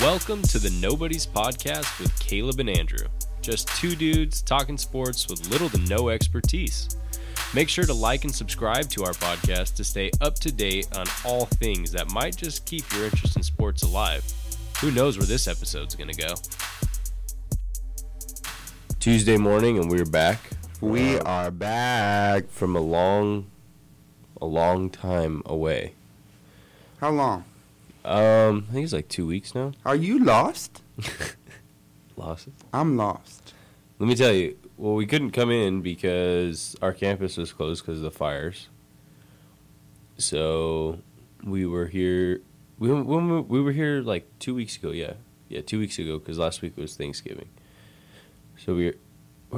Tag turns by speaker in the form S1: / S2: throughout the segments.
S1: Welcome to the Nobody's Podcast with Caleb and Andrew. Just two dudes talking sports with little to no expertise. Make sure to like and subscribe to our podcast to stay up to date on all things that might just keep your interest in sports alive. Who knows where this episode's going to go? Tuesday morning, and we're back. We are back from a long, a long time away.
S2: How long?
S1: Um, I think it's like two weeks now.
S2: Are you lost?
S1: Lost.
S2: I'm lost.
S1: Let me tell you. Well, we couldn't come in because our campus was closed because of the fires. So we were here. We when we- we were here like two weeks ago. Yeah, yeah, two weeks ago because last week was Thanksgiving. So we were,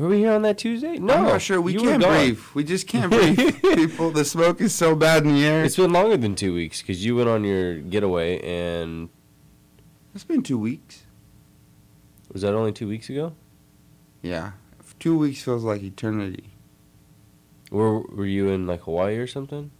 S1: were we here on that Tuesday? No,
S2: I'm not sure. We
S1: you were
S2: can't
S1: gone.
S2: breathe. We just can't breathe. People, the smoke is so bad in the air.
S1: It's been longer than two weeks because you went on your getaway, and
S2: it's been two weeks.
S1: was that only two weeks ago?
S2: Yeah. Two weeks feels like eternity.
S1: Were were you in like Hawaii or something?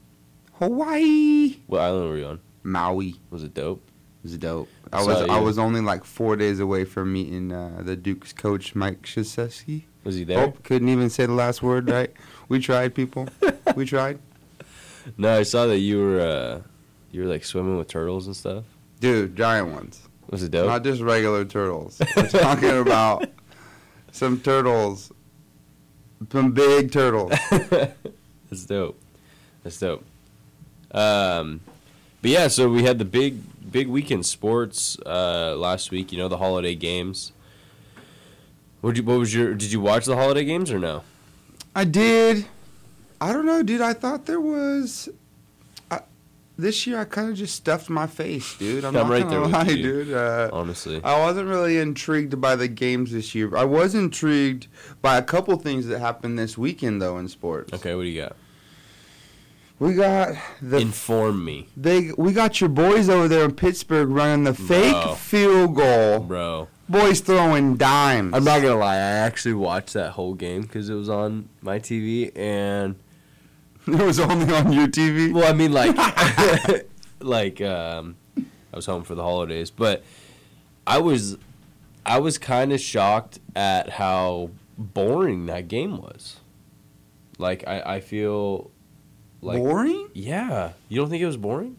S2: Hawaii.
S1: What island were you on?
S2: Maui
S1: Was it dope?
S2: was dope. I
S1: So,
S2: was I
S1: yeah.
S2: was only like four days away from meeting uh, the Duke's coach Mike Krzyzewski.
S1: Was he there?
S2: Oh, couldn't even say the last word right. we tried, people. We tried,
S1: No, I saw that you were uh you were like swimming with turtles and stuff.
S2: dude. Giant ones.
S1: Was it dope?
S2: Not just regular turtles. We're talking about some turtles. Some big turtles.
S1: That's dope. That's dope. Um but yeah, so we had the big big weekend sports uh last week, you know, the holiday games. What you what was your did you watch the holiday games or no?
S2: I did. I don't know, dude. I thought there was. I, this year, I kind of just stuffed my face, dude. I'm,
S1: I'm
S2: not
S1: right
S2: gonna
S1: there with
S2: lie,
S1: you.
S2: dude. Uh,
S1: Honestly.
S2: I wasn't really intrigued by the games this year. I was intrigued by a couple things that happened this weekend, though, in sports.
S1: Okay, what do you got?
S2: We got the
S1: Inform me,
S2: they we got your boys over there in Pittsburgh running the fake
S1: Bro.
S2: field goal.
S1: bro.
S2: Boys throwing dimes.
S1: I'm not gonna lie. I actually watched that whole game because it was on my TV, and
S2: It was only on your TV.
S1: Well, I mean, like, like um, I was home for the holidays, but I was, I was kind of shocked at how boring that game was. Like, I, I feel, like,
S2: Boring?
S1: yeah, you don't think it was boring?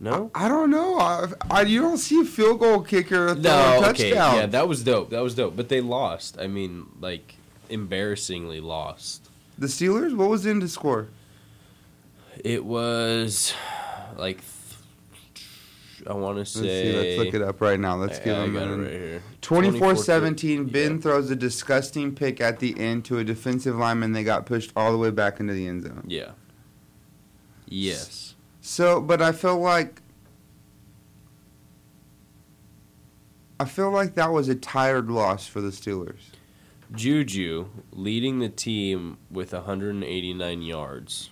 S1: No.
S2: I don't know. I, I you don't see a field goal kicker throwing a
S1: No,
S2: touchdown.
S1: okay, yeah, that was dope. That was dope, but they lost. I mean, like, embarrassingly lost.
S2: the Steelers. What was the end of score?
S1: It was like th- I want to
S2: Let's
S1: say.
S2: see. Let's look it up right now. Let's
S1: I-
S2: give
S1: I
S2: them
S1: got it
S2: an
S1: right here.
S2: 24-17. Ben
S1: yeah.
S2: throws a disgusting pick at the end to a defensive lineman. They got pushed all the way back into the end zone.
S1: Yeah. Yes.
S2: So, but I feel like I feel like that was a tired loss for the Steelers.
S1: Juju leading the team with 189 yards,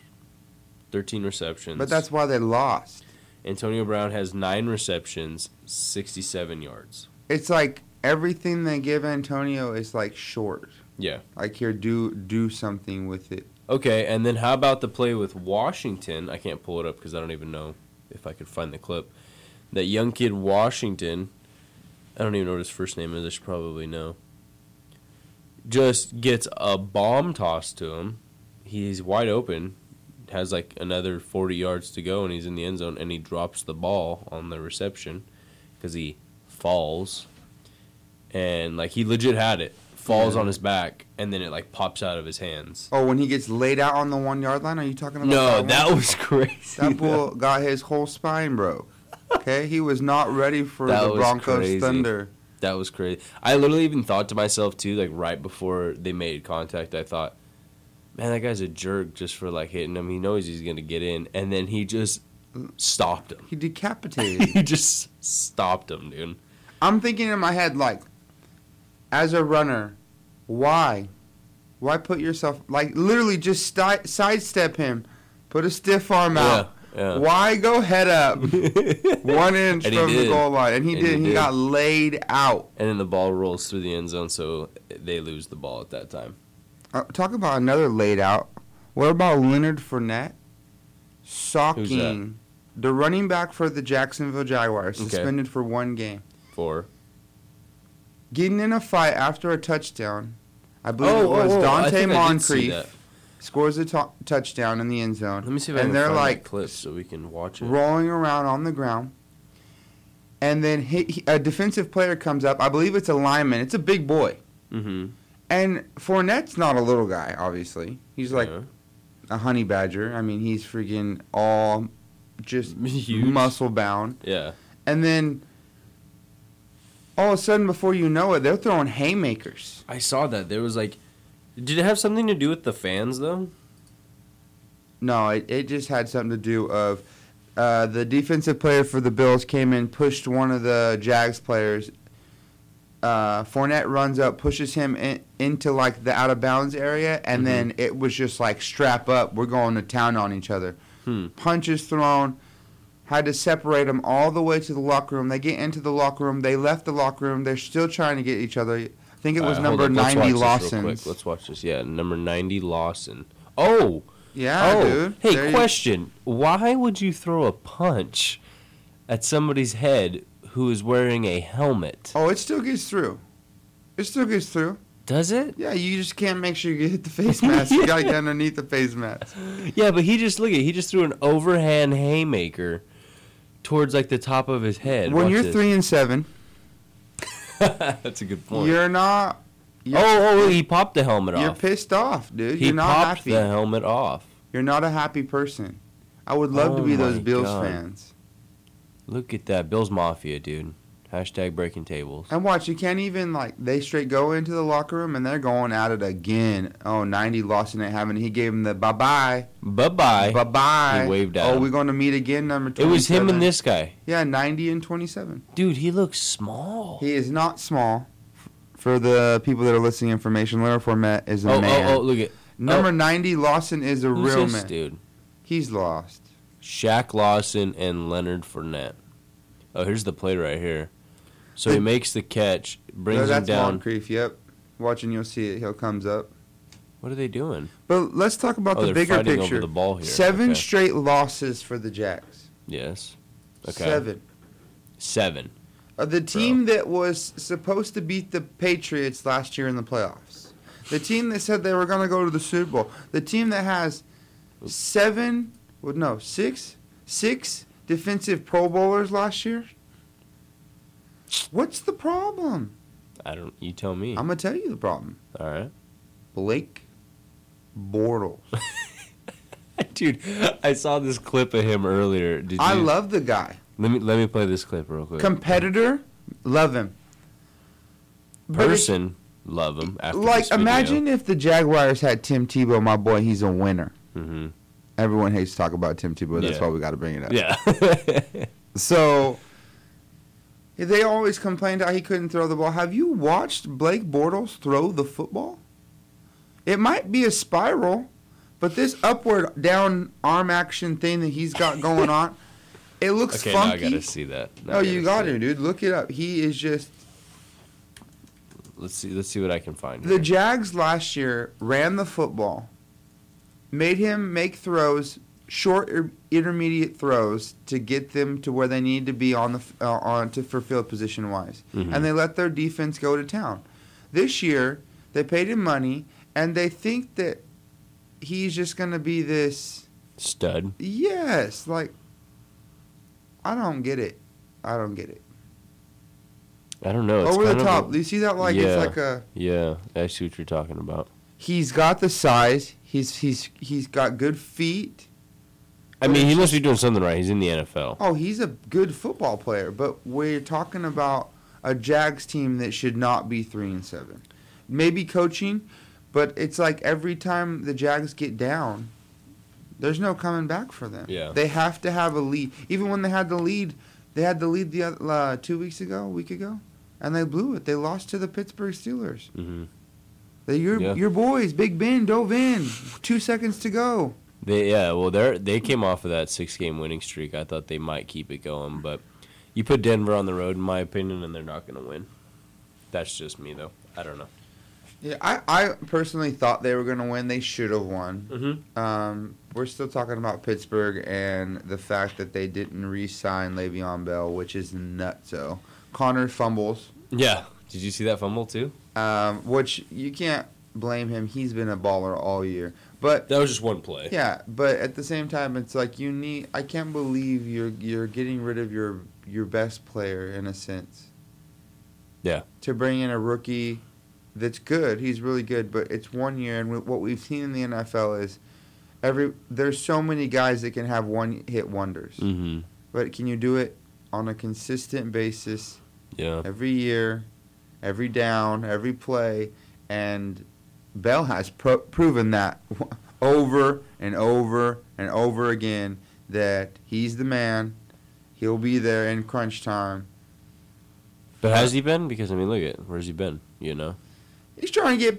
S1: 13 receptions.
S2: But that's why they lost.
S1: Antonio Brown has nine receptions, 67 yards.
S2: it's like everything they give Antonio is like short.
S1: Yeah.
S2: Like here, do do something with it.
S1: Okay, and then how about the play with Washington? I can't pull it up because I don't even know if I could find the clip. That young kid Washington, I don't even know what his first name is. I should probably know. Just gets a bomb tossed to him. He's wide open, has like another 40 yards to go, and he's in the end zone, and he drops the ball on the reception because he falls. And like he legit had it, falls
S2: Yeah.
S1: on his back, and then it like pops out of his hands.
S2: Oh, when he gets laid out on the one yard line, are you talking about?
S1: No,
S2: that,
S1: that
S2: one?
S1: was crazy.
S2: that bull got his whole spine broke. Okay, he was not ready for
S1: That
S2: the
S1: was
S2: Broncos
S1: crazy.
S2: thunder.
S1: That was crazy. I literally even thought to myself too, like right before they made contact, I thought, man, that guy's a jerk just for like hitting him. He knows he's gonna get in, and then he just stopped him.
S2: He decapitated.
S1: he just stopped him, dude.
S2: I'm thinking in my head like, as a runner, why, why put yourself like literally just sti- sidestep him, put a stiff arm
S1: Yeah,
S2: out.
S1: yeah.
S2: Why go head up? one inch
S1: And he
S2: from the
S1: did.
S2: goal line, and he
S1: And he
S2: did. He,
S1: did.
S2: got laid out.
S1: And then the ball rolls through the end zone, so they lose the ball at that time.
S2: Uh, talk about another laid out. What about Leonard Fournette
S1: Who's that?
S2: socking The running back for the Jacksonville Jaguars
S1: Okay.
S2: suspended for one game.
S1: for.
S2: Getting in a fight after a touchdown. I believe
S1: Oh,
S2: it was
S1: oh, oh, I
S2: Dante
S1: think I did see
S2: Moncrief
S1: that.
S2: scores a to- touchdown in the end zone.
S1: Let me see if I
S2: and
S1: can
S2: they're
S1: find
S2: like
S1: that clip so we can watch it.
S2: rolling around on the ground. And then he, he- a defensive player comes up. I believe it's a lineman. It's a big boy.
S1: mm-hmm.
S2: And Fournette's not a little guy, obviously. He's like
S1: Yeah.
S2: a honey badger. I mean, he's freaking all just
S1: Huge.
S2: muscle bound.
S1: yeah.
S2: And then all of a sudden, before you know it, they're throwing haymakers.
S1: I saw that. There was like, did it have something to do with the fans though?
S2: No, it, it just had something to do of uh, the defensive player for the Bills came in, pushed one of the Jags players. Uh, Fournette runs up, pushes him in, into like the out of bounds area, and
S1: Mhm.
S2: then it was just like strap up. We're going to town on each other.
S1: Hmm.
S2: Punches thrown. Had to separate them all the way to the locker room. They get into the locker room. They left the locker room. They're still trying to get each other. I think it was
S1: Uh, hold
S2: number
S1: up, let's watch
S2: ninety
S1: this real
S2: Lawson.
S1: quick. Let's watch this. Yeah, number ninety Lawson. Oh,
S2: Yeah,
S1: oh.
S2: Ah, dude.
S1: Hey,
S2: There you-
S1: question: Why would you throw a punch at somebody's head who is wearing a helmet?
S2: Oh, it still gets through. It still gets through.
S1: Does it?
S2: Yeah, you just can't make sure you get hit the face mask. You gotta get underneath the face mask.
S1: Yeah, but he just look at he just threw an overhand haymaker towards like the top of his head.
S2: when
S1: Watch
S2: you're
S1: this.
S2: three and seven,
S1: that's a good point.
S2: you're not. You're,
S1: oh, oh, he popped the helmet
S2: you're
S1: off.
S2: pissed off, dude.
S1: he
S2: you're not
S1: popped
S2: happy.
S1: the helmet off.
S2: You're not a happy person. I would love to
S1: Oh
S2: be those
S1: my
S2: Bills
S1: God.
S2: fans.
S1: Look at that, Bill's Mafia, dude. Hashtag breaking tables.
S2: And watch, you can't even like they straight go into the locker room and they're going at it again. Oh, 90 Lawson ain't having. it. He gave him the bye bye,
S1: Bye bye.
S2: bye bye.
S1: He waved at
S2: Oh,
S1: him.
S2: we're going to meet again, number.
S1: It
S2: 27.
S1: was him and this guy.
S2: Yeah, 90 and 27.
S1: Dude, he looks small.
S2: He is not small. For the people that are listening, information Leonard Fournette is a
S1: oh,
S2: man.
S1: oh, oh, look at
S2: Number ninety, Lawson is a
S1: who's
S2: real
S1: this
S2: man.
S1: dude?
S2: He's lost.
S1: Shaq Lawson and Leonard Fournette. Oh, here's the play right here. So he
S2: The-
S1: makes the catch,
S2: No,
S1: brings him
S2: that's
S1: down.
S2: Moncrief. Yep. Watching, you'll see it. He'll comes up.
S1: What are they doing?
S2: But let's talk about
S1: Oh,
S2: the
S1: they're
S2: bigger
S1: fighting
S2: picture.
S1: over the ball here.
S2: Seven
S1: Okay.
S2: straight losses for the Jacks.
S1: Yes. Okay.
S2: Seven.
S1: Seven.
S2: Uh, the team that was supposed to beat the Patriots last year in the playoffs. The team that said they were going to go to the Super Bowl. The team that has seven, well, no, six, six defensive Pro Bowlers last year. What's the problem?
S1: I don't. You tell me.
S2: I'm going to tell you the problem.
S1: All right.
S2: Blake Bortles.
S1: Dude, I saw this clip of him earlier. Did
S2: I
S1: you-
S2: love the guy.
S1: Let me let me play this clip real quick.
S2: Competitor, love him. But it's-
S1: Person, love him. After
S2: Like, imagine if the Jaguars had Tim Tebow, my boy, he's a winner.
S1: hmm
S2: Everyone hates to talk about Tim Tebow. That's
S1: Yeah.
S2: why we got to bring it up.
S1: Yeah.
S2: So they always complained how he couldn't throw the ball. Have you watched Blake Bortles throw the football? It might be a spiral, but this upward down arm action thing that he's got going on, it looks
S1: okay, now I
S2: funky.
S1: gotta see that. Now I
S2: no, you
S1: gotta
S2: got
S1: see
S2: him, dude. Look it up. He is just
S1: Let's see. Let's see what I can find.
S2: The
S1: here.
S2: Jags last year ran the football, made him make throws, short or intermediate throws to get them to where they need to be on the f- uh, on to for field position wise,
S1: Mhm.
S2: and they let their defense go to town. This year they paid him money, and they think that he's just going to be this.
S1: Stud.
S2: Yes, like I don't get it. I don't get it.
S1: I don't know. It's
S2: Over the
S1: kind of a-
S2: top. Do you see that? Like
S1: Yeah.
S2: it's like a.
S1: yeah, I see what you're talking about.
S2: He's got the size. He's he's he's got good feet.
S1: I mean, he must be doing something right. He's in the NFL.
S2: Oh, he's a good football player. But we're talking about a Jags team that should not be three and seven. Maybe coaching, but it's like every time the Jags get down, there's no coming back for them.
S1: Yeah.
S2: they have to have a lead. Even when they had the lead, they had the lead the oth- uh, two weeks ago, a week ago, and they blew it. They lost to the Pittsburgh Steelers.
S1: hmm
S2: They, your
S1: Yeah.
S2: your boys, Big Ben dove in. Two seconds to go.
S1: They yeah. Well, they are they came off of that six game winning streak. I thought they might keep it going, but you put Denver on the road, in my opinion, and they're not gonna win. That's just me though. I don't know.
S2: Yeah, I, I personally thought they were going to win. They should have won.
S1: Mm-hmm.
S2: Um, we're still talking about Pittsburgh and the fact that they didn't re-sign Le'Veon Bell, which is nutso. Connor fumbles,
S1: Yeah. Did you see that fumble too?
S2: um, which you can't blame him. He's been a baller all year. But
S1: That was just one play.
S2: Yeah, but at the same time, it's like you need. I can't believe you're you're getting rid of your your best player in a sense.
S1: Yeah.
S2: To bring in a rookie, that's good. He's really good, but it's one year, and what we've seen in the NFL is every there's so many guys that can have one hit wonders.
S1: Mm-hmm.
S2: But can you do it on a consistent basis
S1: Yeah.
S2: every year, every down, every play, and Bell has pro- proven that over and over and over again that he's the man. He'll be there in crunch time.
S1: But has he been? Because I mean, look at where's he been? You know.
S2: He's trying to get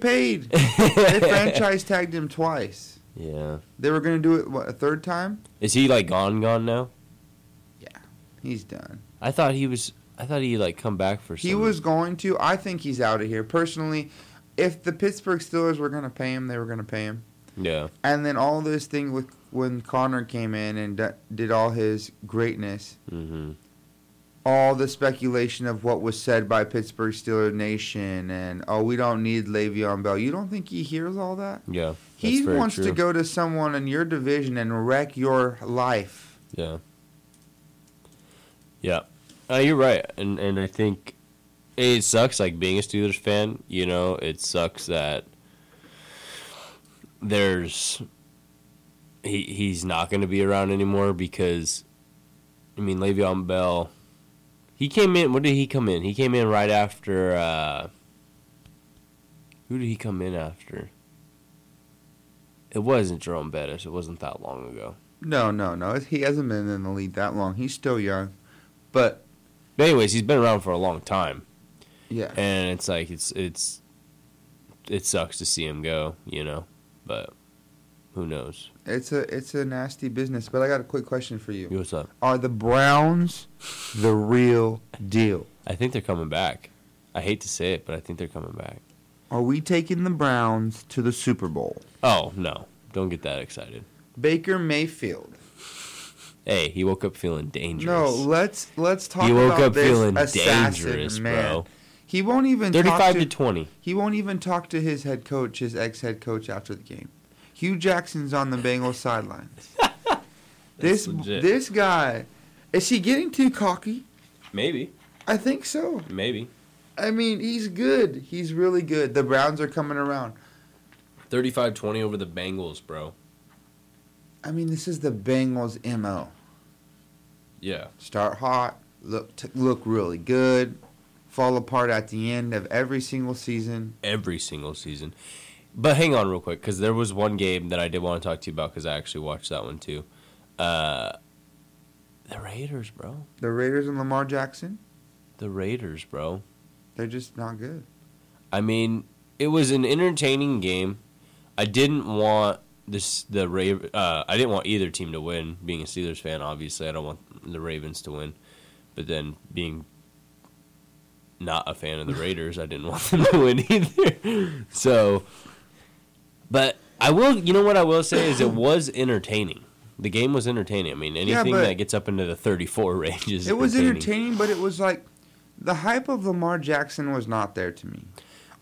S2: paid. they franchise tagged him twice.
S1: Yeah.
S2: They were going to do it what, a third time.
S1: Is he like gone? Gone now?
S2: He's done.
S1: I thought he was. I thought he like come back for.
S2: He
S1: some-
S2: was going to. I think he's out of here personally. If the Pittsburgh Steelers were going to pay him, they were going to pay him.
S1: Yeah.
S2: and then all this thing with when Connor came in and d- did all his greatness,
S1: Mm-hmm.
S2: all the speculation of what was said by Pittsburgh Steelers Nation and oh we don't need Le'Veon Bell. You don't think he hears all that?
S1: Yeah. That's
S2: he
S1: very
S2: wants to
S1: true.
S2: go to someone in your division and wreck your life.
S1: Yeah. Yeah. Uh, you're right, and and I think it sucks. Like being a Steelers fan, you know, it sucks that there's he he's not going to be around anymore because I mean Le'Veon Bell. He came in. When did he come in? He came in right after. Uh, who did he come in after? It wasn't Jerome Bettis. It wasn't that long ago.
S2: No, no, no. He hasn't been in the league that long. He's still young, but
S1: But anyways, he's been around for a long time,
S2: yeah,
S1: and it's like it's it's it sucks to see him go, you know. But who knows?
S2: it's a it's a nasty business. But I got a quick question for you:
S1: What's up?
S2: Are the Browns the real deal?
S1: I think they're coming back. I hate to say it, but I think they're coming back.
S2: Are we taking the Browns to the Super Bowl?
S1: Oh no! Don't get that excited.
S2: Baker Mayfield.
S1: Hey, he woke up feeling dangerous.
S2: No, let's let's talk
S1: he woke
S2: about
S1: up
S2: this
S1: feeling
S2: assassin
S1: dangerous,
S2: man.
S1: bro.
S2: He won't even talk
S1: Thirty-five
S2: to,
S1: to twenty.
S2: he won't even talk to his head coach, his ex-head coach after the game. Hugh Jackson's on the Bengals sidelines. this
S1: legit.
S2: this guy is he getting too cocky?
S1: Maybe,
S2: I think so.
S1: maybe
S2: I mean, he's good. He's really good. The Browns are coming around.
S1: 35-20 over the Bengals, bro.
S2: I mean, this is the Bengals MO.
S1: Yeah,
S2: start hot, look t- look really good, fall apart at the end of every single season.
S1: every single season. But hang on real quick, because there was one game that I did want to talk to you about because I actually watched that one too. Uh, the Raiders, bro.
S2: The Raiders and Lamar Jackson,
S1: The Raiders, bro.
S2: they're just not good.
S1: I mean, it was an entertaining game. I didn't want this the Raven. Uh, I didn't want either team to win. Being a Steelers fan, obviously, I don't want the Ravens to win. But then being not a fan of the Raiders, I didn't want them to win either. So, but I will. You know what I will say is it was entertaining. The game was entertaining. I mean, anything
S2: but-
S1: that gets up into the 34 range is
S2: It was entertaining, but it was like the hype of Lamar Jackson was not there to me.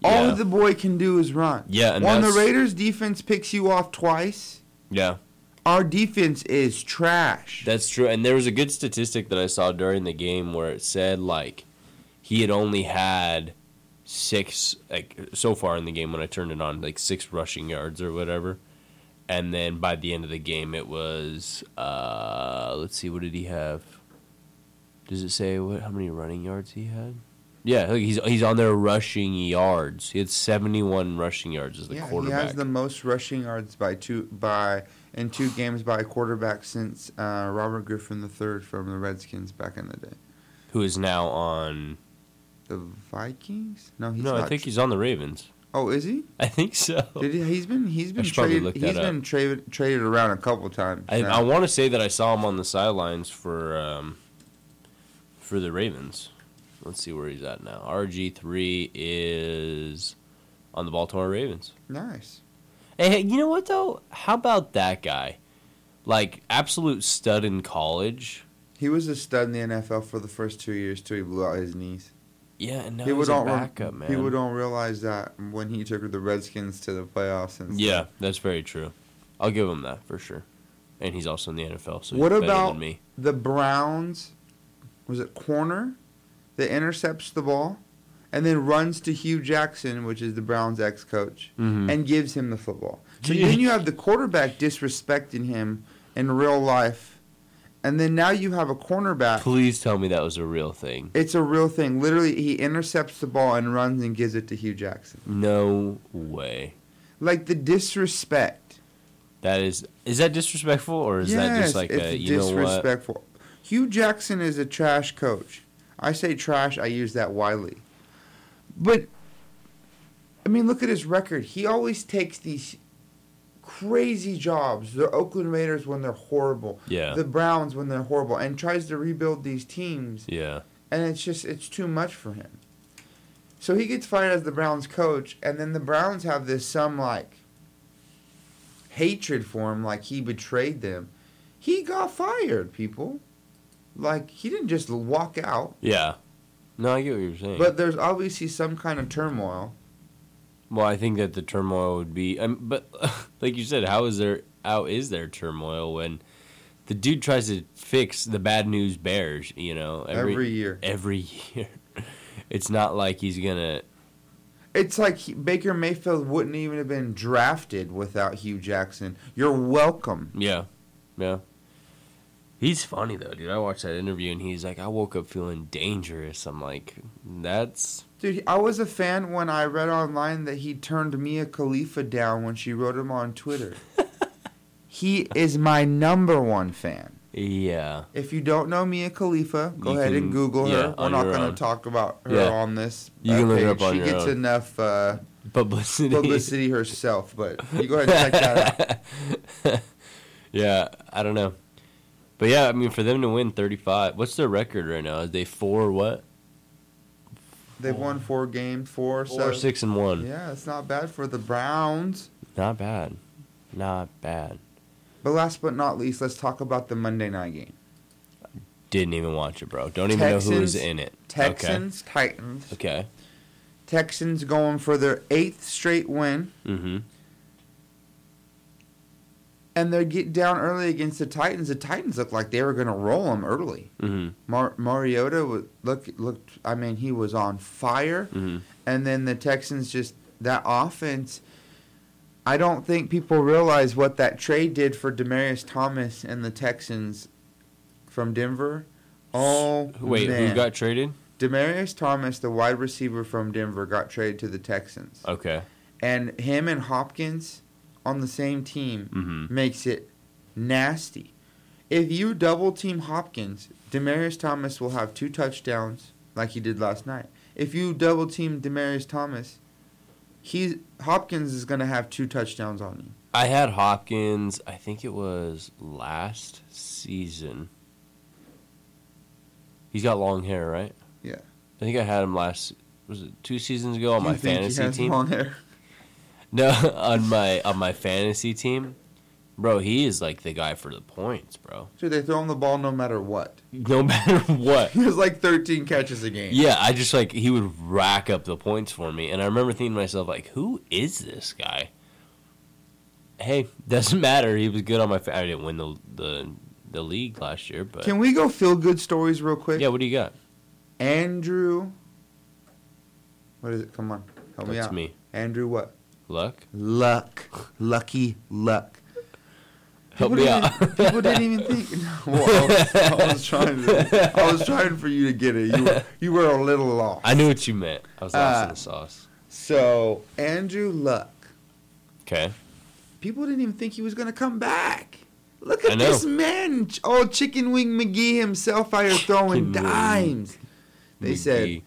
S2: All
S1: Yeah.
S2: the boy can do is run.
S1: Yeah, and
S2: when the
S1: that's-
S2: Raiders defense picks you off twice,
S1: Yeah.
S2: our defense is trash.
S1: That's true. And there was a good statistic that I saw during the game where it said like he had only had six like so far in the game when I turned it on like six rushing yards or whatever. And then by the end of the game it was uh let's see what did he have? Does it say what how many running yards he had? Yeah, look, he's he's on there rushing yards. He had 71 rushing yards as the
S2: yeah, he
S1: quarterback.
S2: has the most rushing yards by two by in two games by a quarterback since uh, Robert Griffin III from the Redskins back in the day.
S1: who is now on
S2: The Vikings? No, he's
S1: No,
S2: not.
S1: I think he's on the Ravens.
S2: oh, is he?
S1: I think so.
S2: Did he? He's been he's been
S1: should probably
S2: traded.
S1: look
S2: He's
S1: that
S2: been traded traded around a couple times.
S1: I,
S2: now.
S1: I want to say that I saw him on the sidelines for um, for the Ravens. Let's see where he's at now. RG three is on the Baltimore Ravens.
S2: Nice.
S1: And hey, you know what though? How about that guy? Like absolute stud in college.
S2: He was a stud in the NFL for the first two years till he blew out his knees.
S1: Yeah, and now
S2: People
S1: he's a
S2: don't rem-
S1: backup man.
S2: People don't realize that when he took the Redskins to the playoffs and stuff.
S1: yeah, that's very true. I'll give him that for sure. And he's also in the NFL, so he's
S2: What
S1: better
S2: about-
S1: than me.
S2: the Browns was it corner that intercepts the ball and then runs to Hugh Jackson, which is the Browns ex coach,
S1: Mhm.
S2: and gives him the football. So
S1: Yeah.
S2: then you have the quarterback disrespecting him in real life. And then now you have a cornerback.
S1: Please tell me that was a real thing.
S2: It's a real thing. Literally, he intercepts the ball and runs and gives it to Hugh Jackson.
S1: No way.
S2: Like the disrespect.
S1: That is is that disrespectful or is that just like
S2: it's
S1: a you know what?
S2: disrespectful. Hugh Jackson is a trash coach. I say trash. I use that widely. But I mean, look at his record. He always takes these crazy jobs. The Oakland Raiders when they're horrible.
S1: Yeah.
S2: The Browns when they're horrible, and tries to rebuild these teams
S1: Yeah.
S2: and it's just it's too much for him. So he gets fired as the Browns coach, and then the Browns have this some like hatred for him, like he betrayed them. He got fired, people. Like he didn't just walk out,
S1: Yeah. No, I get what you're saying.
S2: but there's obviously some kind of turmoil.
S1: Well, I think that the turmoil would be, um, but like you said, how is there how is there turmoil when the dude tries to fix the bad news bears? You know,
S2: Every year.
S1: every year. It's not like he's gonna.
S2: It's like he, Baker Mayfield wouldn't even have been drafted without Hugh Jackson. You're welcome.
S1: Yeah, yeah. He's funny though, dude. I watched that interview and he's like, "I woke up feeling dangerous." I'm like, "That's
S2: Dude, I was a fan when I read online that he turned Mia Khalifa down when she wrote him on Twitter. he is my number one fan.
S1: yeah,
S2: If you don't know Mia Khalifa, go
S1: You
S2: ahead
S1: can-
S2: and Google
S1: yeah,
S2: her. We're
S1: on
S2: not
S1: your
S2: going
S1: own.
S2: to talk about her
S1: Yeah.
S2: on this. uh,
S1: You can look her up on
S2: She
S1: your
S2: gets
S1: own.
S2: enough uh,
S1: publicity."
S2: publicity herself, but you go ahead and check that out.
S1: yeah, I don't know. But yeah, I mean, for them to win 35, what's their record right now? Is they four what?
S2: They've won four games, four,
S1: Four,
S2: so
S1: six, and one.
S2: yeah, it's not bad for the Browns.
S1: Not bad. Not bad.
S2: But last but not least, let's talk about the Monday night game.
S1: Didn't even watch it, bro. Don't even know who was
S2: Texans-
S1: in it.
S2: Texans, Titans.
S1: Okay.
S2: Texans going for their eighth straight win,
S1: okay. Mm hmm.
S2: and they get down early against the Titans. The Titans looked like they were going to roll them early.
S1: Mm
S2: Mar- Mariota wa- look looked. I mean, he was on fire.
S1: hmm. Mm
S2: And then the Texans just that offense. I don't think people realize what that trade did for Demarius Thomas and the Texans from Denver. Oh
S1: hmm. Wait,
S2: man.
S1: who got traded?
S2: Demarius Thomas, the wide receiver from Denver, got traded to the Texans.
S1: Okay.
S2: and him and Hopkins on the same team
S1: Mhm.
S2: makes it nasty. If you double team Hopkins, Demarius Thomas will have two touchdowns like he did last night. If you double team Demarius Thomas, he Hopkins is going to have two touchdowns on you.
S1: I had Hopkins, I think it was last season. He's got long hair, right?
S2: Yeah.
S1: I think I had him last, was it two seasons ago on
S2: Do
S1: Oh, my
S2: you think he
S1: fantasy
S2: has
S1: team?
S2: long hair?
S1: No, on my on my fantasy team, bro, he is like the guy for the points, bro.
S2: So they throw him the ball no matter what.
S1: No matter what.
S2: He has like 13 catches a game.
S1: Yeah, I just like he would rack up the points for me, and I remember thinking to myself like, who is this guy? Hey, doesn't matter. He was good on my. Fa- I didn't win the the the league last year, but
S2: Can we go feel good stories real quick?
S1: yeah. What do you got?
S2: Andrew. What is it? Come on. Help me
S1: That's
S2: out.
S1: me.
S2: Andrew what?
S1: Luck.
S2: luck, lucky luck.
S1: Help
S2: People
S1: me
S2: didn't-
S1: out.
S2: people didn't even think. Well, I, was, I was trying. To, I was trying for you to get it. You were, you were a little lost.
S1: I knew what you meant. I was lost in
S2: Uh,
S1: the sauce.
S2: So Andrew Luck.
S1: Okay.
S2: People didn't even think he was gonna come back. Look
S1: I
S2: at
S1: know.
S2: this man, Ch- oh Chicken Wing McGee himself out here throwing
S1: Chicken Wing
S2: dimes. They said
S1: McGee.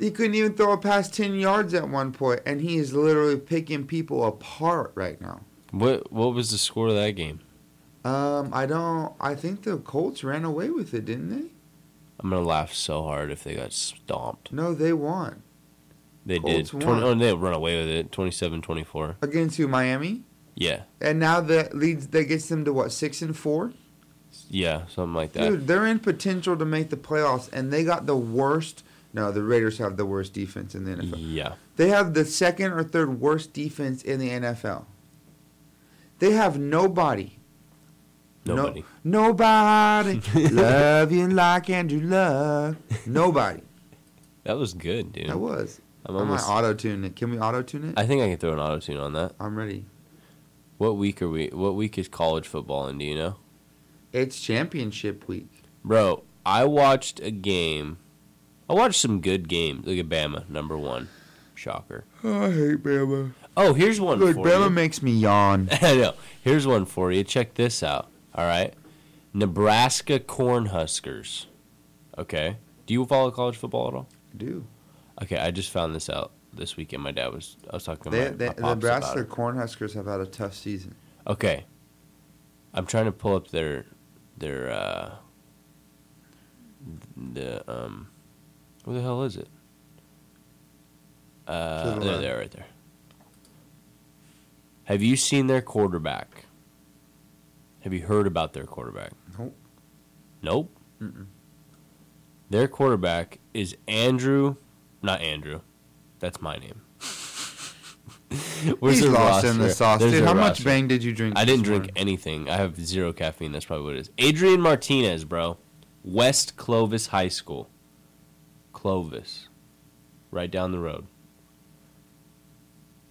S2: he couldn't even throw it past ten yards at one point, and he is literally picking people apart right now.
S1: "What? What was the score of that game?"
S2: Um, I don't. I think the Colts ran away with it, didn't they?
S1: I'm gonna laugh so hard if they got stomped.
S2: No, they won.
S1: They
S2: Colts
S1: did.
S2: won.
S1: 20, oh, they'll run away with it. 27 24.
S2: against who? Miami.
S1: Yeah.
S2: And now that leads that gets them to what six and four.
S1: Yeah. Something like that.
S2: Dude, they're in potential to make the playoffs, and they got the worst. No, the Raiders have the worst defense in the NFL.
S1: Yeah.
S2: They have the second or third worst defense in the NFL. They have nobody. No-
S1: Nobody.
S2: Nobody. Love you like Andrew Love. Nobody.
S1: That was good, dude.
S2: That was.
S1: I'm
S2: I'm, gonna
S1: almost.
S2: auto tune it. Can we auto tune it?
S1: I think I can throw an auto tune on that.
S2: I'm ready.
S1: What week are we? What week is college football in? Do you know,
S2: It's championship week.
S1: bro? I watched a game. I watched some good games. Look at Bama, number one, shocker.
S2: I hate Bama.
S1: Oh, here's one
S2: Look,
S1: for
S2: Bama
S1: you.
S2: makes me yawn.
S1: I know. Here's one for you. Check this out. All right, Nebraska Cornhuskers. Okay. Do you follow college football at all?
S2: Do
S1: Okay, I just found this out this weekend. My dad was. I was talking to
S2: they,
S1: my,
S2: they,
S1: my
S2: the
S1: pops about
S2: Nebraska
S1: it.
S2: Cornhuskers have had a tough season?
S1: Okay. I'm trying to pull up their their uh the um where the hell is it? Uh
S2: To the
S1: there,
S2: left.
S1: there, right there. Have you seen their quarterback? Have you heard about their quarterback?
S2: Nope.
S1: Nope.
S2: Mm-mm.
S1: Their quarterback is Andrew, not Andrew. That's my name. Where's
S2: He's
S1: their
S2: lost in the
S1: roster?
S2: sauce,
S1: There's
S2: dude.
S1: their
S2: How much
S1: roster.
S2: bang did you drink?
S1: I
S2: this
S1: didn't drink
S2: morning?
S1: anything. I have zero caffeine. That's probably what it is. Adrian Martinez, bro. West Clovis High School. Clovis. Right down the road.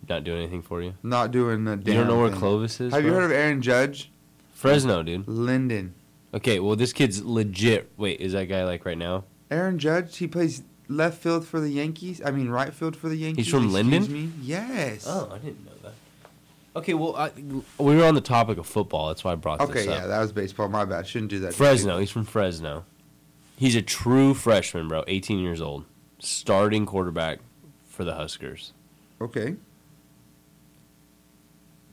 S1: Not doing anything for you?
S2: Not doing a damn.
S1: you don't know where
S2: thing.
S1: Clovis is?
S2: Have you
S1: bro?
S2: heard of Aaron Judge?
S1: Fresno, dude.
S2: Linden.
S1: Okay, well, this kid's legit. Wait, is that guy like right now?
S2: Aaron Judge. He plays left field for the Yankees. I mean, right field for the Yankees.
S1: from
S2: excuse
S1: Linden?
S2: Me. Yes.
S1: Oh, I didn't know that. Okay, well, I, we were on the topic of football. That's why I brought
S2: Okay.
S1: this up.
S2: Yeah, that was baseball. My bad. Shouldn't do that.
S1: Fresno. He's from Fresno. He's a true freshman, bro. 18 years old. Starting quarterback for the Huskers.
S2: Okay.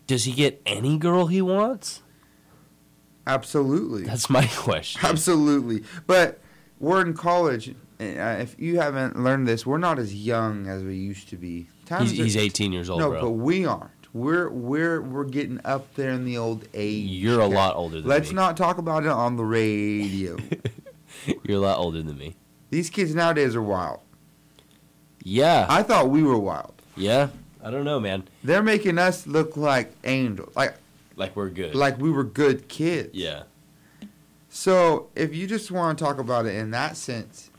S1: Does he get any girl he wants?
S2: Absolutely.
S1: That's my question.
S2: Absolutely. But we're in college. and, uh, If you haven't learned this, we're not as young as we used to be.
S1: He's,
S2: Times are-
S1: he's 18 years old,
S2: no, but
S1: bro.
S2: we aren't. We're we're we're getting up there in the old age.
S1: You're a
S2: okay?
S1: lot older than
S2: Let's
S1: me.
S2: not talk about it on the radio.
S1: You're a lot older than me.
S2: These kids nowadays are wild.
S1: Yeah.
S2: I thought we were wild.
S1: Yeah. I don't know, man.
S2: They're making us look like angels, like
S1: Like, we're good.
S2: like we were good kids.
S1: yeah.
S2: So if you just want to talk about it in that sense,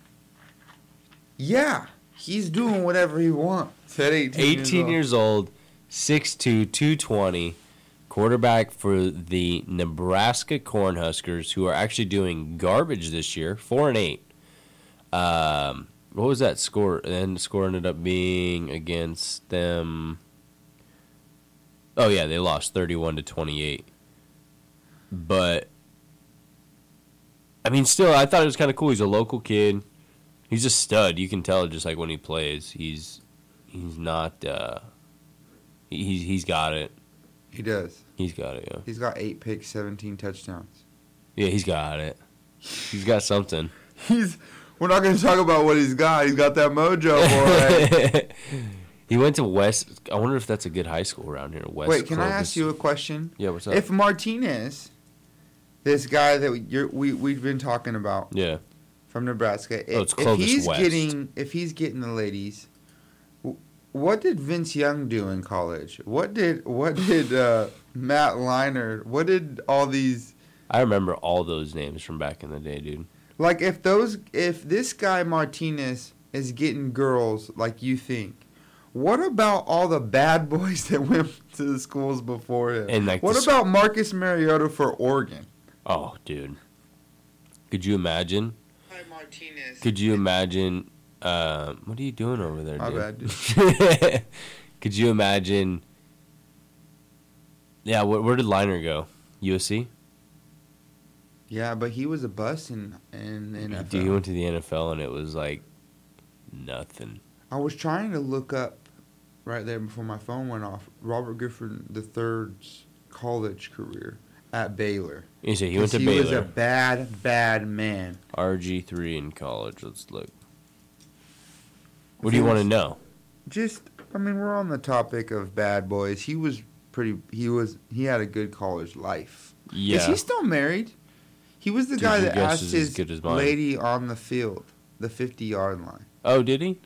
S2: yeah, he's doing whatever he wants at eighteen.
S1: 18 years old, 6'2, 220, quarterback for the Nebraska Cornhuskers, who are actually doing garbage this year, 4 and 8. Um, what was that score? And the score ended up being against them. Oh, yeah, they lost 31 to 28. But, I mean, still, I thought it was kind of cool. He's a local kid. He's a stud. You can tell just like when he plays. He's he's not uh he- he's he's got it
S2: He does.
S1: he's got it yeah
S2: He's got eight picks, seventeen touchdowns.
S1: yeah he's got it he's got something
S2: He's. We're not going to talk about what he's got. He's got that mojo, Oh, boy.
S1: he went to west i wonder if that's a good high school around here west
S2: Wait, can I
S1: Clovis.
S2: ask you a question?
S1: yeah what's up
S2: If Martinez, this guy that we, you're, we we've been talking about
S1: yeah
S2: from Nebraska, if,
S1: Oh, it's Clovis
S2: if he's
S1: West.
S2: getting if he's getting the ladies, wh- what did Vince Young do in college? What did what did uh, Matt Leinart? What did all these
S1: i remember all those names from back in the day dude
S2: like? If those if this guy Martinez is getting girls like you think. What about all the bad boys that went to the schools before him?
S1: And, like, the
S2: what
S1: sc-
S2: about Marcus Mariota for Oregon?
S1: oh dude could you imagine
S2: Hi, Martinez.
S1: could you imagine uh, what are you doing over there
S2: My
S1: dude?
S2: bad,
S1: could you imagine yeah where, where did liner go usc
S2: Yeah, but he was a bust in in NFL.
S1: Dude, he went to the NFL and it was like nothing.
S2: I was trying to look up right there before my phone went off. Robert Griffin III's college career at Baylor.
S1: You say he went to
S2: 'Cause was a
S1: Baylor.
S2: bad, bad man.
S1: RG three in college. Let's look. What do
S2: If he
S1: you want to
S2: was-
S1: know?
S2: just I mean, we're on the topic of bad boys. He was pretty. He was. He had a good college life.
S1: Yeah.
S2: Is he still married? He was the
S1: Dude,
S2: guy
S1: your
S2: that
S1: guess
S2: asked
S1: is as
S2: his
S1: good as mine.
S2: lady on the field, the fifty-yard line.
S1: oh, did he?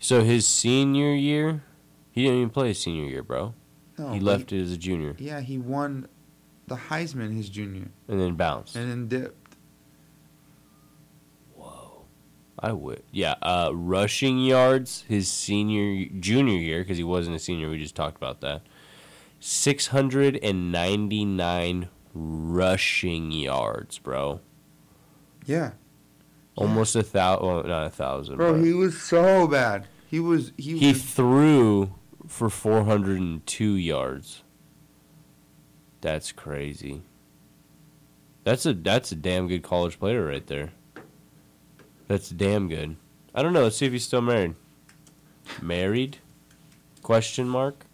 S1: So his senior year, he didn't even play his senior year, bro.
S2: No,
S1: he left it as a junior
S2: yeah, he won the Heisman his junior,
S1: and then bounced.
S2: and then dipped.
S1: Whoa. I would. Yeah. Uh, rushing yards his senior, junior year, because he wasn't a senior. We just talked about that. 699 rushing yards, bro.
S2: Yeah,
S1: Almost a thousand. Well, not a thousand.
S2: bro,
S1: but
S2: he was so bad. He was. He,
S1: he
S2: was.
S1: threw for 402 yards. That's crazy. That's a that's a damn good college player right there. That's damn good. I don't know. Let's see if he's still married. Married? Question mark.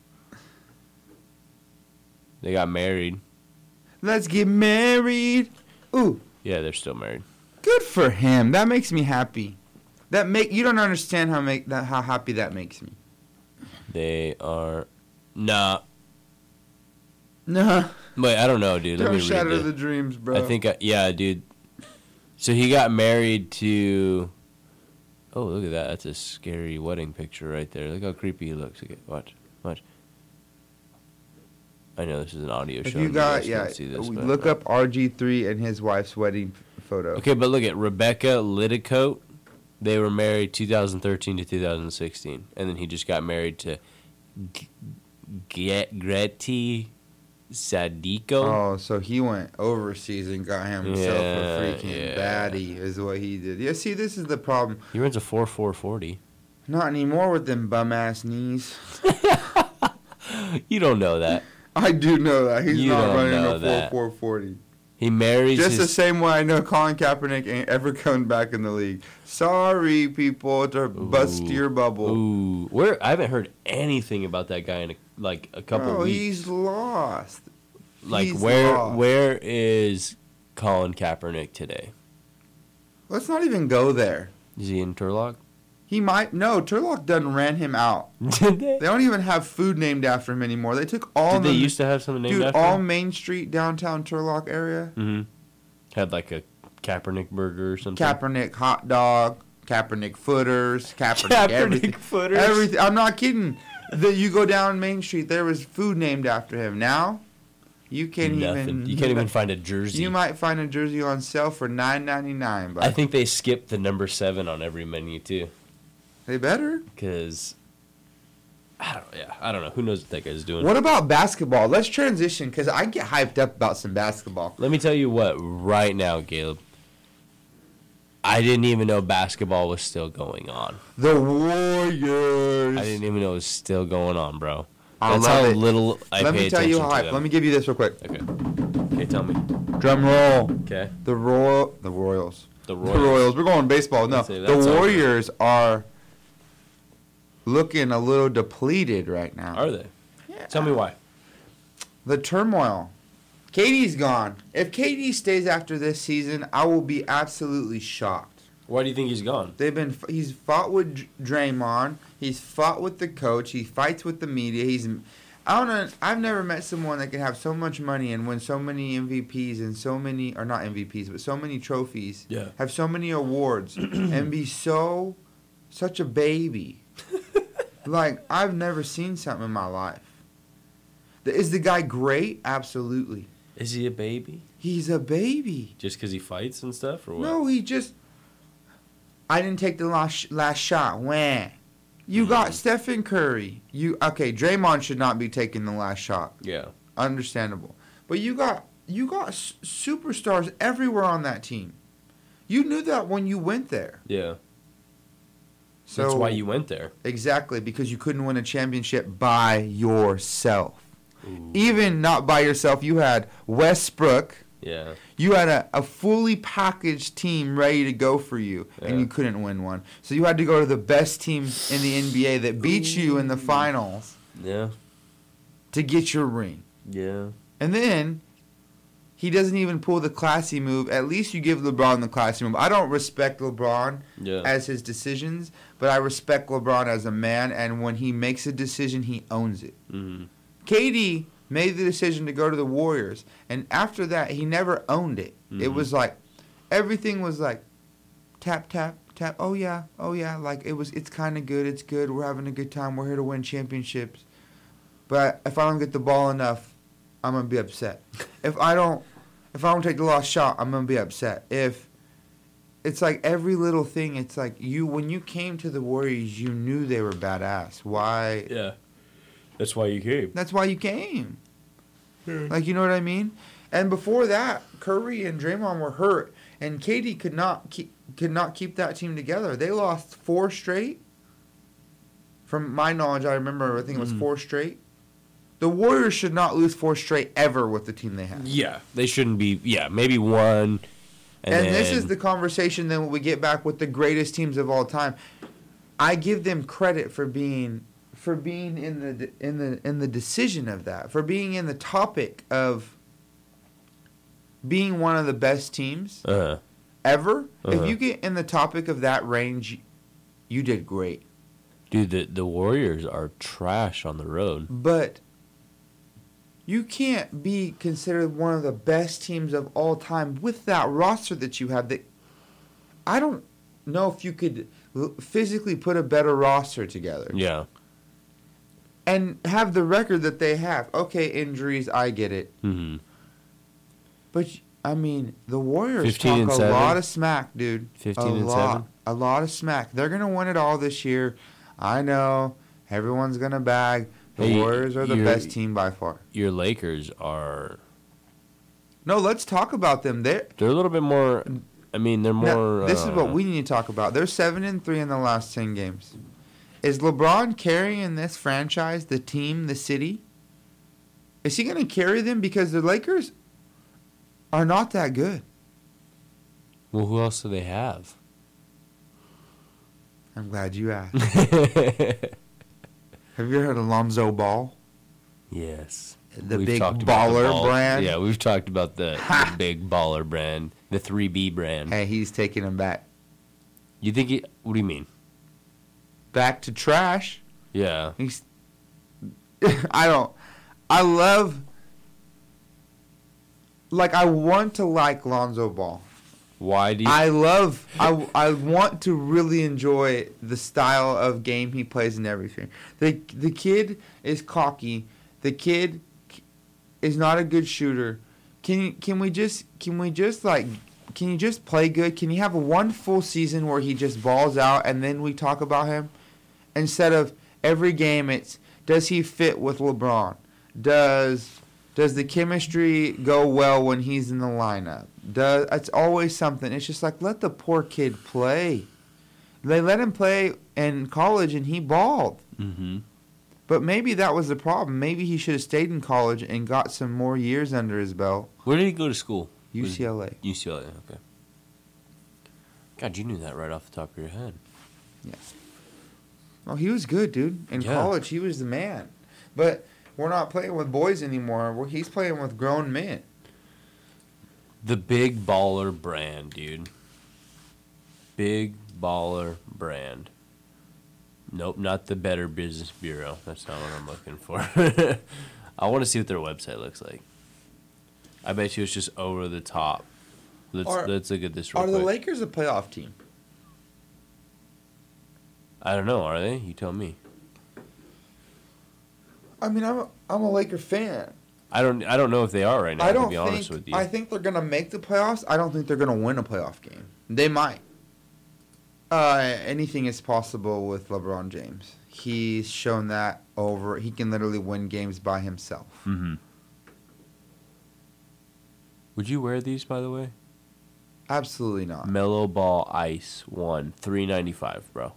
S1: They got married.
S2: Let's get married. Ooh,
S1: Yeah, they're still married.
S2: Good for him. That makes me happy. That make you don't understand how make that how happy that makes me.
S1: They are. Nah.
S2: No,
S1: Wait, I don't know, dude. Let
S2: don't
S1: me read
S2: shatter
S1: this.
S2: the dreams, bro.
S1: I think, I, yeah, dude. So he got married to. Oh, look at that. That's a scary wedding picture right there. Look how creepy he looks. Okay, watch. Watch. I know this is an audio
S2: if
S1: show.
S2: you
S1: and
S2: got
S1: guys
S2: yeah,
S1: can't see this,
S2: we
S1: but-
S2: look up RG three and his wife's wedding f- photo.
S1: Okay, but look at Rebecca Liticote. They were married 2013 to 2016. And then he just got married to G- G- Gretti Sadico.
S2: Oh, so he went overseas and got himself
S1: Yeah,
S2: a freaking
S1: yeah.
S2: baddie, is what he did. Yeah, see, this is the problem.
S1: He runs a 4440.
S2: Not anymore with them bum ass knees.
S1: You don't know that.
S2: I do know that he's
S1: You
S2: not
S1: don't
S2: running
S1: know
S2: a
S1: that.
S2: full four forty.
S1: He marries
S2: Just
S1: his
S2: the same way I know Colin Kaepernick ain't ever coming back in the league. Sorry, people, to bust
S1: Ooh.
S2: your bubble.
S1: Ooh, where I haven't heard anything about that guy in a, like a couple
S2: Bro,
S1: weeks.
S2: Oh, he's lost.
S1: Like
S2: he's
S1: where
S2: lost.
S1: where is Colin Kaepernick today?
S2: Let's not even go there.
S1: Is he in Turlock?
S2: He might no. Turlock done ran him out.
S1: Did they?
S2: They don't even have food named after him anymore. They took all
S1: Did they
S2: the
S1: used to have something named
S2: dude
S1: after
S2: all
S1: him?
S2: Main Street downtown Turlock area.
S1: hmm Had like a Kaepernick burger or something.
S2: Kaepernick hot dog, Kaepernick footers, Kaepernick,
S1: Kaepernick
S2: everything.
S1: footers.
S2: Everything. I'm not kidding. That you go down Main Street, there was food named after him. Now, you can't
S1: Nothing.
S2: even.
S1: you can't even find a jersey.
S2: You might find a jersey on sale for nine ninety nine, but
S1: I think they skipped the number seven on every menu too,
S2: they better.
S1: because I don't. Yeah, I don't know. Who knows what that guy's doing?
S2: What about basketball? Let's transition because I get hyped up about some basketball.
S1: Let me tell you what, right now, Caleb, I didn't even know basketball was still going on.
S2: The Warriors.
S1: I didn't even know it was still going on, bro.
S2: I
S1: That's
S2: love
S1: how
S2: it.
S1: little I
S2: Let
S1: pay
S2: me tell
S1: attention
S2: you
S1: to
S2: how hyped.
S1: them.
S2: Let me give you this real quick.
S1: Okay. Okay, tell me.
S2: Drum roll.
S1: Okay.
S2: The Royal. The Royals.
S1: The
S2: The
S1: Royals.
S2: Royals. We're going baseball. No,
S1: Let's say
S2: the
S1: that's over.
S2: Warriors are looking a little depleted right now.
S1: Are they? Tell me why.
S2: The turmoil. Katie's gone. If Katie stays after this season, I will be absolutely shocked.
S1: Why do you think he's gone?
S2: They've been. He's fought with Dr- Draymond. He's fought with the coach. He fights with the media. He's. I don't know. I've never met someone that can have so much money and win so many MVPs and so many, or not MVPs, but so many trophies.
S1: Yeah.
S2: Have so many awards and be so, such a baby. like I've never seen something in my life. The- Is the guy great? Absolutely.
S1: Is he a baby?
S2: He's a baby.
S1: Just because he fights and stuff, or what?
S2: No, he just. I didn't take the last sh- last shot. When you
S1: Mm-hmm.
S2: got Stephen Curry, you okay? Draymond should not be taking the last shot.
S1: Yeah.
S2: Understandable, but you got you got s- superstars everywhere on that team. You knew that when you went there.
S1: Yeah.
S2: So
S1: That's why you went there.
S2: exactly because you couldn't win a championship by yourself.
S1: Ooh.
S2: Even not by yourself, you had Westbrook.
S1: Yeah.
S2: You had a, a fully packaged team ready to go for you, and
S1: Yeah.
S2: you couldn't win one. So you had to go to the best team in the NBA that beat you in the finals
S1: Yeah.
S2: to get your ring.
S1: Yeah.
S2: And then He doesn't even pull the classy move. At least you give LeBron the classy move. I don't respect LeBron
S1: Yeah.
S2: as his decisions, but I respect LeBron as a man. And when he makes a decision, he owns it.
S1: hmm
S2: KD made the decision to go to the Warriors, and after that, he never owned it. It
S1: Mhm.
S2: was like everything was like tap tap tap. Oh yeah, oh yeah. Like it was. It's kind of good. It's good. We're having a good time. We're here to win championships. But if I don't get the ball enough, I'm gonna be upset. if I don't, if I don't take the lost shot, I'm gonna be upset. If it's like every little thing. It's like you when you came to the Warriors, you knew they were badass. Why
S1: Yeah. That's why you came.
S2: that's why you came.
S1: Yeah.
S2: Like you know what I mean? And before that, Curry and Draymond were hurt, and Katie could not keep could not keep that team together. They lost four straight. From my knowledge, I remember I think it was
S1: Mhm.
S2: four straight. The Warriors should not lose four straight ever with the team they have.
S1: Yeah. They shouldn't be. Yeah. Maybe one. And,
S2: And, this
S1: then-
S2: is the conversation then we get back with the greatest teams of all time. I give them credit for being for being in the in the in the decision of that, for being in the topic of being one of the best teams
S1: Uh-huh.
S2: ever.
S1: Uh-huh.
S2: If you get in the topic of that range, you did great.
S1: Dude, the, the Warriors are trash on the road.
S2: But you can't be considered one of the best teams of all time with that roster that you have. That I don't know if you could l- physically put a better roster together
S1: Yeah.
S2: and have the record that they have. Okay, injuries, I get it,
S1: hmm
S2: but I mean the Warriors
S1: 15
S2: talk
S1: and
S2: a
S1: seven.
S2: lot of smack, dude.
S1: 15
S2: a
S1: and
S2: lot,
S1: seven.
S2: a lot of smack. They're gonna win it all this year. I know everyone's gonna bag. The
S1: Hey,
S2: Warriors are the
S1: you're-
S2: best team by far.
S1: Your Lakers are.
S2: No, let's talk about them. They're
S1: They're a little bit more. I mean, they're
S2: Now,
S1: more.
S2: this is what
S1: uh,
S2: we need to talk about. They're seven and three in the last ten games. Is LeBron carrying this franchise, the team, the city? Is he going to carry them because the Lakers are not that good?
S1: Well, who else do they have?
S2: I'm glad you asked. Have you heard of Lonzo Ball?
S1: yes.
S2: The
S1: We've
S2: big
S1: talked about the
S2: baller
S1: ball-
S2: brand?
S1: Yeah, we've talked about the, the big baller brand, the 3B brand.
S2: Hey, he's taking him back
S1: You think he. What do you mean?
S2: back to trash.
S1: Yeah.
S2: He's I don't I love like I want to like Lonzo Ball.
S1: Why do you.
S2: I love. I I want to really enjoy the style of game he plays and everything. The the kid is cocky. The kid is not a good shooter. Can can we just can we just like can you just play good? Can you have one full season where he just balls out and then we talk about him instead of every game? It's does he fit with LeBron? Does does the chemistry go well when he's in the lineup? Does it's always something. It's just like let the poor kid play. They let him play in college and he balled.
S1: hmm
S2: But maybe that was the problem. Maybe he should have stayed in college and got some more years under his belt.
S1: Where did he go to school? Was-
S2: UCLA.
S1: UCLA, okay. God, you knew that right off the top of your head.
S2: Oh, he was good, dude. In
S1: Yeah.
S2: college, he was the man. But we're not playing with boys anymore. We're, he's playing with grown men.
S1: The big baller brand, dude. Big baller brand. Nope, not the Better Business Bureau. That's not what I'm looking for. I want to see what their website looks like. I bet you it's just over the top. Let's
S2: Are-
S1: let's look at this real
S2: Are
S1: quick.
S2: the Lakers a playoff team?
S1: I don't know. Are they? You tell me.
S2: I mean, I'm a, I'm a Laker fan.
S1: I don't. I don't know if they are right now.
S2: I don't
S1: to be honest
S2: think
S1: with you.
S2: I think they're gonna make the playoffs. I don't think they're gonna win a playoff game. They might. Uh, anything is possible with LeBron James. He's shown that over. He can literally win games by himself.
S1: hmm Would you wear these, by the way?
S2: Absolutely not.
S1: Mellow Ball Ice One, three ninety five, bro.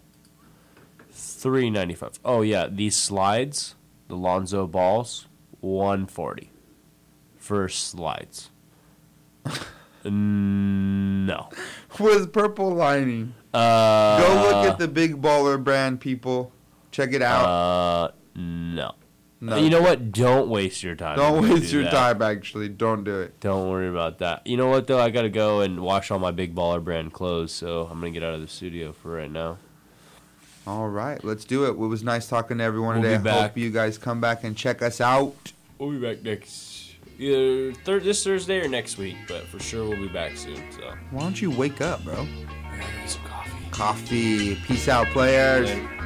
S1: Three ninety five. Oh yeah, these slides, the Lonzo balls, one forty. For slides. no.
S2: With purple lining.
S1: Uh,
S2: Go look at the Big Baller brand, people. Check it out.
S1: Uh, no.
S2: No.
S1: uh, You know what? Don't waste your time.
S2: don't
S1: if you
S2: waste
S1: do
S2: your
S1: that.
S2: time, actually. Don't do it.
S1: Don't worry about that. You know what though? I gotta go and wash all my Big Baller Brand clothes, so I'm gonna get out of the studio for right now.
S2: All right, let's do it. It was nice talking to
S1: We'll
S2: everyone today.
S1: be
S2: I
S1: back.
S2: hope you guys come back and check us out.
S1: We'll be back next either thir- this Thursday or next week, but for sure we'll be back soon. So,
S2: Why don't you wake up, bro?
S1: I gotta get some coffee.
S2: Coffee. Peace out, players.
S1: Later.